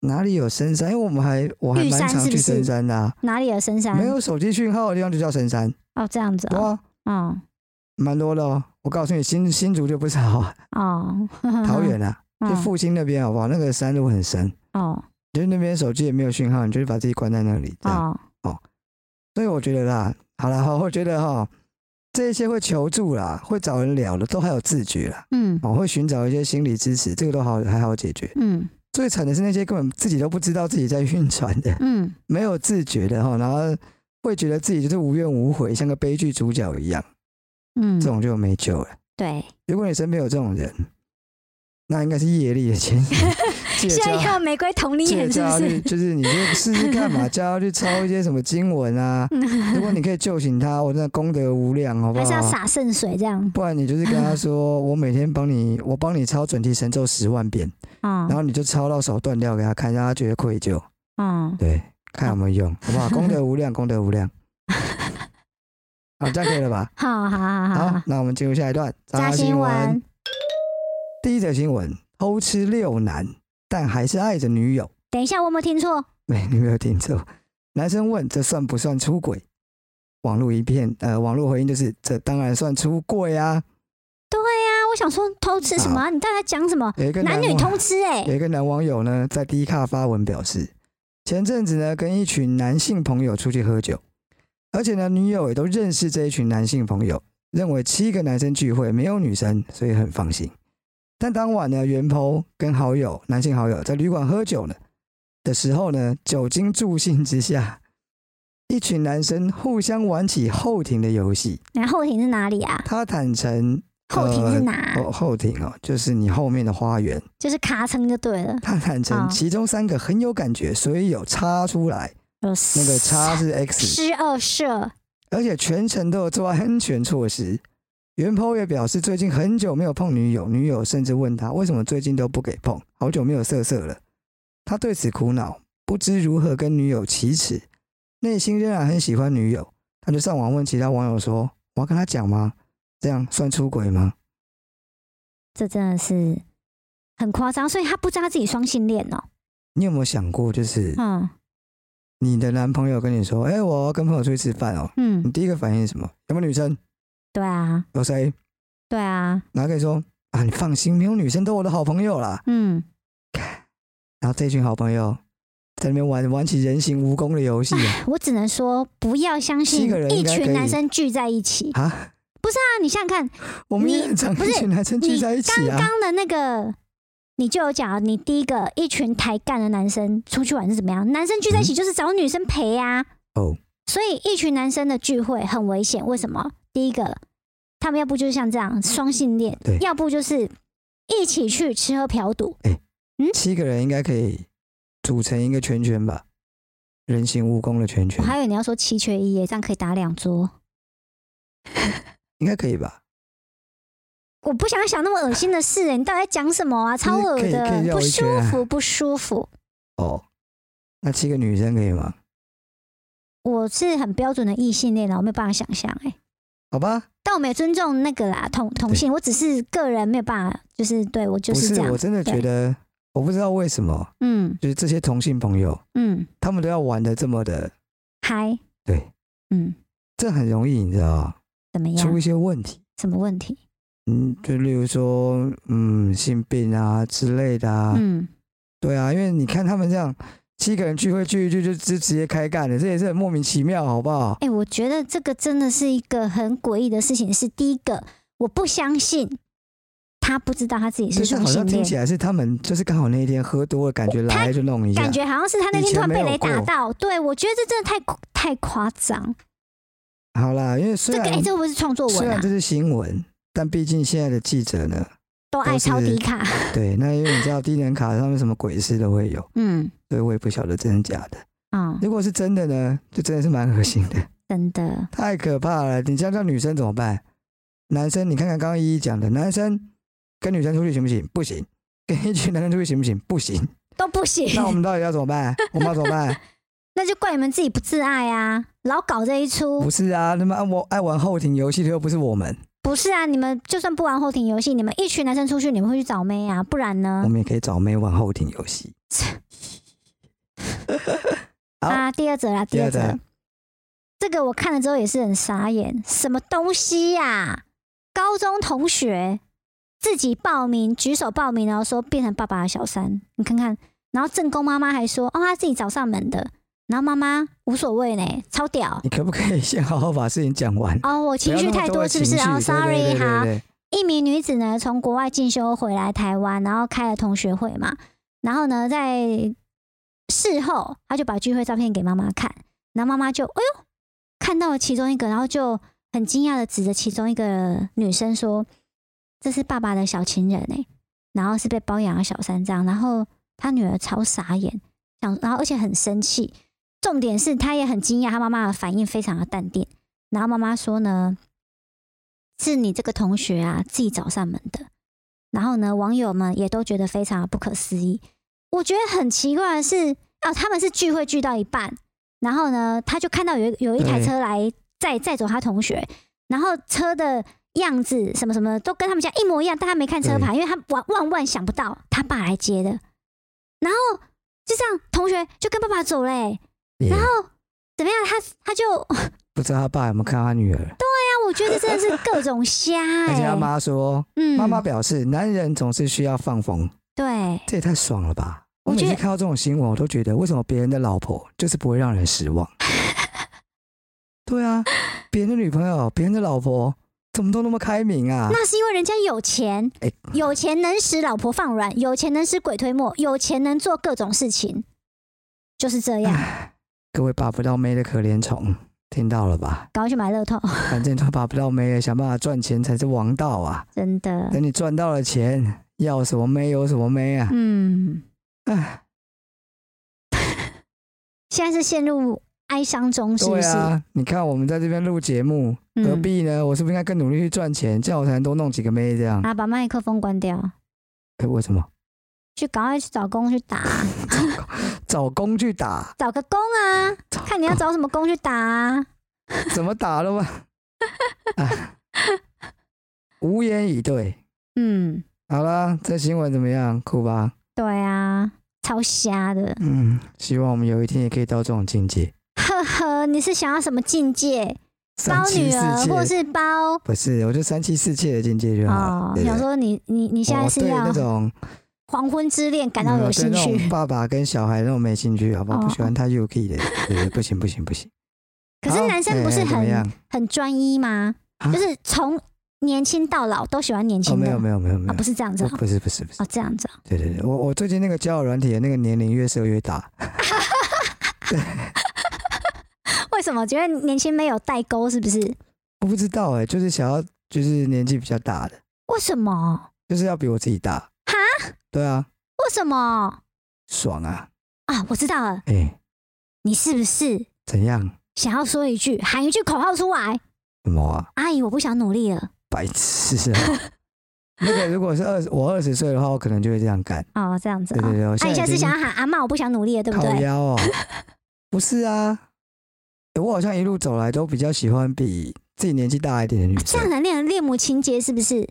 哪里有深山？因为我们还我还玉蛮山常是不去是深山的、啊，哪里有深山？没有手机讯号的地方就叫深山，哦，这样子对哦，啊，哦蛮多的哦。我告诉你，新新竹就不少啊。哦，桃园啊，去哦复兴那边好啊不好？那个山路很深，哦就是那边手机也没有讯号，你就是把自己关在那里这样。哦，所以我觉得啦，好啦，好，我觉得哈，这些会求助啦，会找人聊的，都还有自觉啦，嗯哦，会寻找一些心理支持，这个都好还好解决。嗯最惨的是那些根本自己都不知道自己在晕船的， 嗯，没有自觉的哈，然后会觉得自己就是无怨无悔，像个悲剧主角一样，嗯这，种就没救了。对，如果你身边有这种人，那应该是业力的 牵引，借现在交要玫瑰同理借眼是不他 去，是？就是你就试试看 嘛，叫他去抄一些什么经文啊。如果你可以救醒他，我真的功德无量，好不嗯还是要 好？洒圣水这样？不然你就是跟他说，我每天帮你，我帮你抄准提神咒十万遍，然哦后你就抄到手断掉给他看，让他觉得愧疚，哦，对，看有没有用，好 不好？功德无量，功德无量。好，这样可以了吧？好好好好好好，，那我们进入下一段。扎新闻，第一则新闻：偷吃六男，但还是爱着女友。等一下我有没有听错？啊 没，你没有听错。男生问这算不算出轨？网络一片，呃，网络回应就是这当然算出轨啊。对呀，我想说偷吃什么啊？你到底在讲什么？有一个男女网通吃哎，有一个男网友呢，在低卡发文表示，前阵子呢跟一群男性朋友出去喝酒，而且呢女友也都认识这一群男性朋友，认为七个男生聚会没有女生，所以很放心。但当晚呢，袁鹏跟好友男性好友在旅馆喝酒呢的时候呢，酒精助兴之下，一群男生互相玩起后庭的游戏。然后后庭是哪里啊？他坦诚后庭是呃哪？后后庭哦，就是你后面的花园。就是卡层就对了，他坦啊诚其中三个很有感觉，所以有插出来，有那个插是 X，十二射，而且全程都有做安全措施。袁抛也表示，最近很久没有碰女友，女友甚至问他为什么最近都不给碰，好久没有色色了。他对此苦恼，不知如何跟女友启齿，内心仍然很喜欢女友。他就上网问其他网友说：“我要跟他讲吗？这样算出轨吗？”这真的是很夸张，所以他不知道他自己双性恋哦。你有没有想过，就是嗯，你的男朋友跟你说：“哎、我要跟朋友出去吃饭哦。”嗯你，第一个反应是什么？有没有女生？对啊，有谁？对啊，然后可以说：“啊，你放心，没有女生都我的好朋友啦。嗯，”然后这群好朋友在那边玩玩起人形蜈蚣的游戏啊 我只能说不要相信七个人一应该可以群男生聚在一起。啊！那你想想看，我们你也很常不一是群男生聚你在一起刚啊，刚的那个。你就有讲啊，你第一个一群抬干的男生出去玩是怎么样？男生聚在一起就是找女生陪啊。嗯哦，所以一群男生的聚会很危险，为什么？第一个，他们要不就是像这样双性恋对，要不就是一起去吃喝嫖赌。七个人应该可以组成一个圈圈吧，人形蜈蚣的圈我圈，还以为你要说七缺一耶，这样可以打两桌。应该可以吧？我不想想那么恶心的事耶，你到底在讲什么啊？超恶可以可的以，绕不一舒圈啊服，不舒服。哦，那七个女生可以吗？我是很标准的异性恋啊，我没有办法想象哎。好吧，但我们也尊重那个啦，同同对性，我只是个人没有办法，就是对我就不是这是，样我。真的觉对得，我不知道为什么，嗯就是这些同性朋友，嗯，他们都要玩的这么的，嗨，对，嗯，这很容易，你知道吗怎么出样一？些问题。什么问题？嗯，就例如说，嗯，性病啊之类的啊，嗯。对啊，因为你看他们这样七个人聚会聚一聚就直直接开干了，这也是很莫名其妙，好不好？哎、我觉得这个真的是一个很诡异的事情。是第一个，我不相信他不知道他自己就是是双好像性听恋，起来是他们就是刚好那一天喝多了，感觉他来就弄一下感，觉好像是他那以前天突然被没有雷打过到。对，我觉得这真的太夸太夸张。好啦，因为这虽个哎、然这个不是创作啊虽文然啊这，是新闻，但毕竟现在的记者呢，都爱都抄是底卡。对，那因为你知道低能卡上面什么鬼事都会有，嗯所以我也不晓得真的假的。啊、如果是真的呢，就真的是蛮恶心的，真的，太可怕了。你这样叫女生怎么办？男生，你看看刚刚依依讲的，男生跟女生出去行不行？不行。跟一群男生出去行不行？不 行。都不行，那我们到底要怎么办？我们要怎么办？ 那就怪你们自己不自爱啊，老搞这一出不。是啊，那么爱我爱玩后庭游戏的又不是我们，不是啊，你们就算不玩后庭游戏，你们一群男生出去，你们会去找妹啊，不然呢我？们也可以找妹玩后庭游戏。好啊，第二则啦，第第二二则则，这个我看了之后也是很傻眼，什么东西呀、高中同学自己报名，举手报名，然后说变成爸爸的小三，你看看，然后正宫妈妈还说，哦，他自己找上门的，然后妈妈无所谓呢，超屌。你可不可以先好好把事情讲完？哦，我情绪不要那么太多多的是不是？情绪哦对对，sorry 对对哈。对一名女子呢从国外进修回来台湾，然后开了同学会嘛，然后呢在事后她就把聚会照片给妈妈看，然后妈妈就哎呦看到了其中一个，然后就很惊讶的指着其中一个女生说：“这是爸爸的小情人哎、然后是被包养的小三这样，然后她女儿超傻眼，想然后而且很生气，重点是她也很惊讶，她妈妈的反应非常的淡定，然后妈妈说呢。是你这个同学啊自己找上门的。然后呢，网友们也都觉得非常的不可思议。我觉得很奇怪的是，哦，他们是聚会聚到一半，然后呢，他就看到有一有一台对车来载载走他同学，然后车的样子什么什么都跟他们家一模一样，但他没看车牌，因为他万万万想不到他爸来接的。然后就这样，同学就跟爸爸走嘞、也然后怎么样？他他就，不知道他爸有没有看他女儿，那我觉得真 的是各种瞎、欸，而且他妈说，嗯，妈妈表啊示男人总是需要放风，对，这也太爽了吧！我我每觉次得看到这种新闻，我都觉得为什么别人的老婆就是不会让人失 望？对啊，别人的女朋友、别人的老婆怎么都那么开明啊？那是因为人家有钱，哎有钱能使老婆放软，有钱能使鬼推磨，有钱能做各种事情，就是这样。各位把不到妹的可怜虫，听到了吧？赶快去买乐透，反正都把不到妹了，想办法赚钱才是王道啊！真的。等你赚到了钱，要什么妹有什么妹啊！嗯，唉， 现在是陷入哀伤中，是不对是？啊，你看我们在这边录节目，何嗯，必呢？我是不是应该更努力去赚钱，这样我才能多弄几个妹这样？啊，把麦克风关掉，哎嗯为什么？去赶快去找工去打，找工具打，找个工啊，找看你要找什么工去打啊。怎么打了 吧？哎无言以对。嗯，好啦，这新闻怎么样？酷吧？对啊，超瞎的。嗯，希望我们有一天也可以到这种境界，呵呵，你是想要什么境界？三包妻女四儿，或妾，是包不是，我就三妻四妾的境界就好了。哦？对不对想说你你你现在我是对要那种黄昏之恋感到没有对兴那种趣？爸爸跟小孩那种没兴趣，好不好？哦不喜欢太 UK 的，对对，不行不行不行。可是好男生不是哎怎么很样？很专一吗？啊就是从年轻到老都喜欢年哦，轻没的有没有没有没啊，有不，是这样子我啊，不是不是不是，哦这样子啊，对对对，我我最近那个交友软体的那个年龄越设越大，为什么觉得年轻没有代沟？是不是？我不知道哎、就是想要就是年纪比较大的，为什么？就是要比我自己大。哈？对啊，为什么爽啊！啊？我知道了，哎、你是不是怎样？想要说一句喊一句口号出来？什么啊？阿姨，我不想努力了。白痴啊！ 那个如果是二我二十岁的话，我可能就会这样干。哦，这样子对啊。对对，我那现你在下已次经想要喊阿妈，我不想努力了，对不靠对？腰 哦，不是啊、欸我好像一路走来都比较喜欢比自己年纪大一点的女啊这生样。才恋恋母情节是不 是？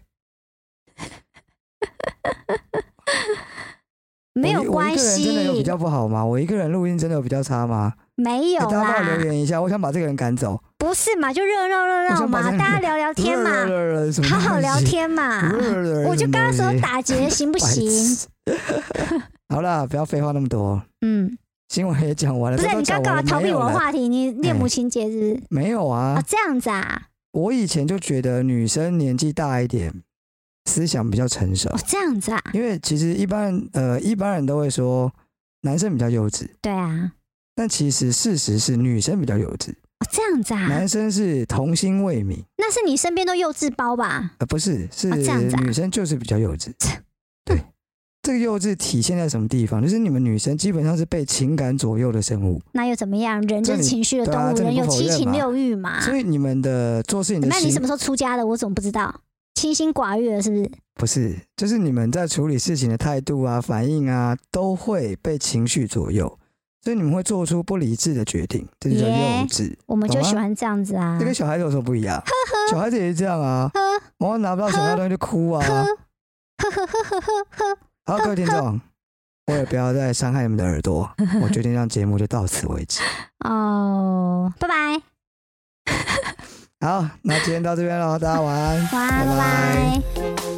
没有我一我一个关人真的有比系，较不好吗？我一个人录音真的有比较差吗？没有欸大家帮我留啦，言一下，我想把这个人赶走。不是嘛？就热闹热我闹想把嘛，这个大家聊聊 天嘛，呃什么好好东聊西。天嘛。啊嗯我就刚刚说打劫行不不行？。 好啦，不要废话那么多，嗯，新闻也讲完了。不是都你刚讲刚完干了嘛逃避没有我的啦话题？你恋母情节是不是？没有啊哦，，这样子啊，我以前就觉得女生年纪大一点，思想比较成熟哦，，这样子啊，因为其实一般人呃一般人都会说男生比较幼稚，对啊，但其实事实是女生比较幼稚，哦，这样子啊，男生是童心未泯，那是你身边都幼稚包吧？呃不是是哦这样子啊女生就是比较幼稚，对。这个幼稚体现在什么地方？就是你们女生基本上是被情感左右的生物，那又怎么样？人就这是你情绪的对啊动物，这你人不有否七认情嘛六欲嘛。所以你们的做事情的那你行什啊么时候出家的？我怎么不知道？清心寡欲了是不是？不是，就是你们在处理事情的态度啊、反应啊，都会被情绪左右，所以你们会做出不理智的决定，这就叫幼耶稚。我们就懂啊喜欢这样子啊这。跟小孩子有什么不一样？小孩子也是这样啊，呵然后拿不到想要的东西就哭啊。呵呵呵呵呵呵呵，好，各位听众，为了不要再伤害你们的耳朵，我决定让节目就到此为止。哦，拜拜，好，那今天到这边喽，大家晚安。晚安，拜拜拜拜。